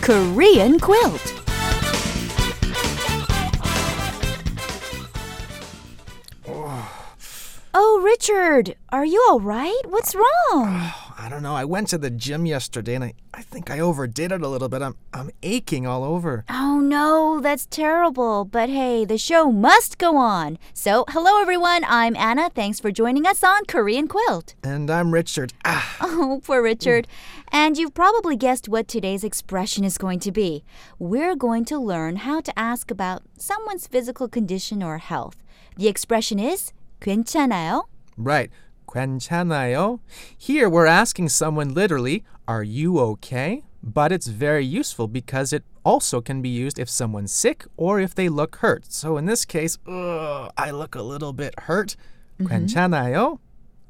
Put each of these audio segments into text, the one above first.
Korean quilt. Oh, Richard, are you all right? What's wrong? I don't know. I went to the gym yesterday and I, I think I overdid it a little bit. I'm I'm aching all over. Oh no, that's terrible. But hey, the show must go on. So, hello everyone. I'm Anna. Thanks for joining us on Korean Quilt. And I'm Richard. Ah, Oh, poor Richard. And you've probably guessed what today's expression is going to be. We're going to learn how to ask about someone's physical condition or health. The expression is 괜찮아요? right. 괜찮아요? Here we're asking someone literally, are you okay? But it's very useful because it also can be used if someone's sick or if they look hurt. So in this case, ugh, I look a little bit hurt. 괜찮아요?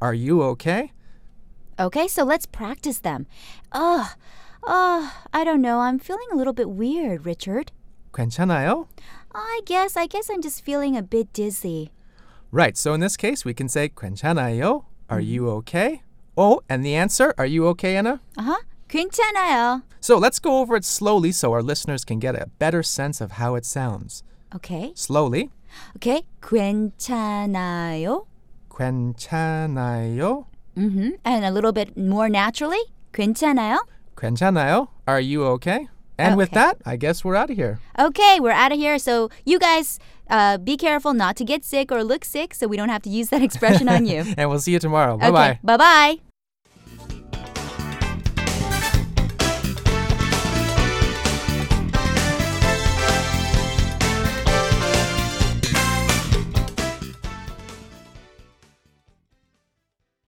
Are you okay? Okay, so let's practice them. Ugh, ugh, I don't know. I'm feeling a little bit weird, Richard. 괜찮아요? I guess, I guess I'm just feeling a bit dizzy. Right. So in this case, we can say 괜찮아요. Are you Mm-hmm. okay? Oh, and the answer, are you okay, Anna? Uh huh. 괜찮아요. So let's go over it slowly so our listeners can get a better sense of how it sounds. Okay, Slowly. okay. 괜찮아요. 괜찮아요. Mm-hmm. And a little bit more naturally. 괜찮아요? 괜찮아요. Are you okay? And with Oh, Okay. that, I guess we're out of here. Okay, we're out of here. So you guys, uh, be careful not to get sick or look sick, so we don't have to use that expression on you. And we'll see you tomorrow. Bye bye. Okay, bye bye.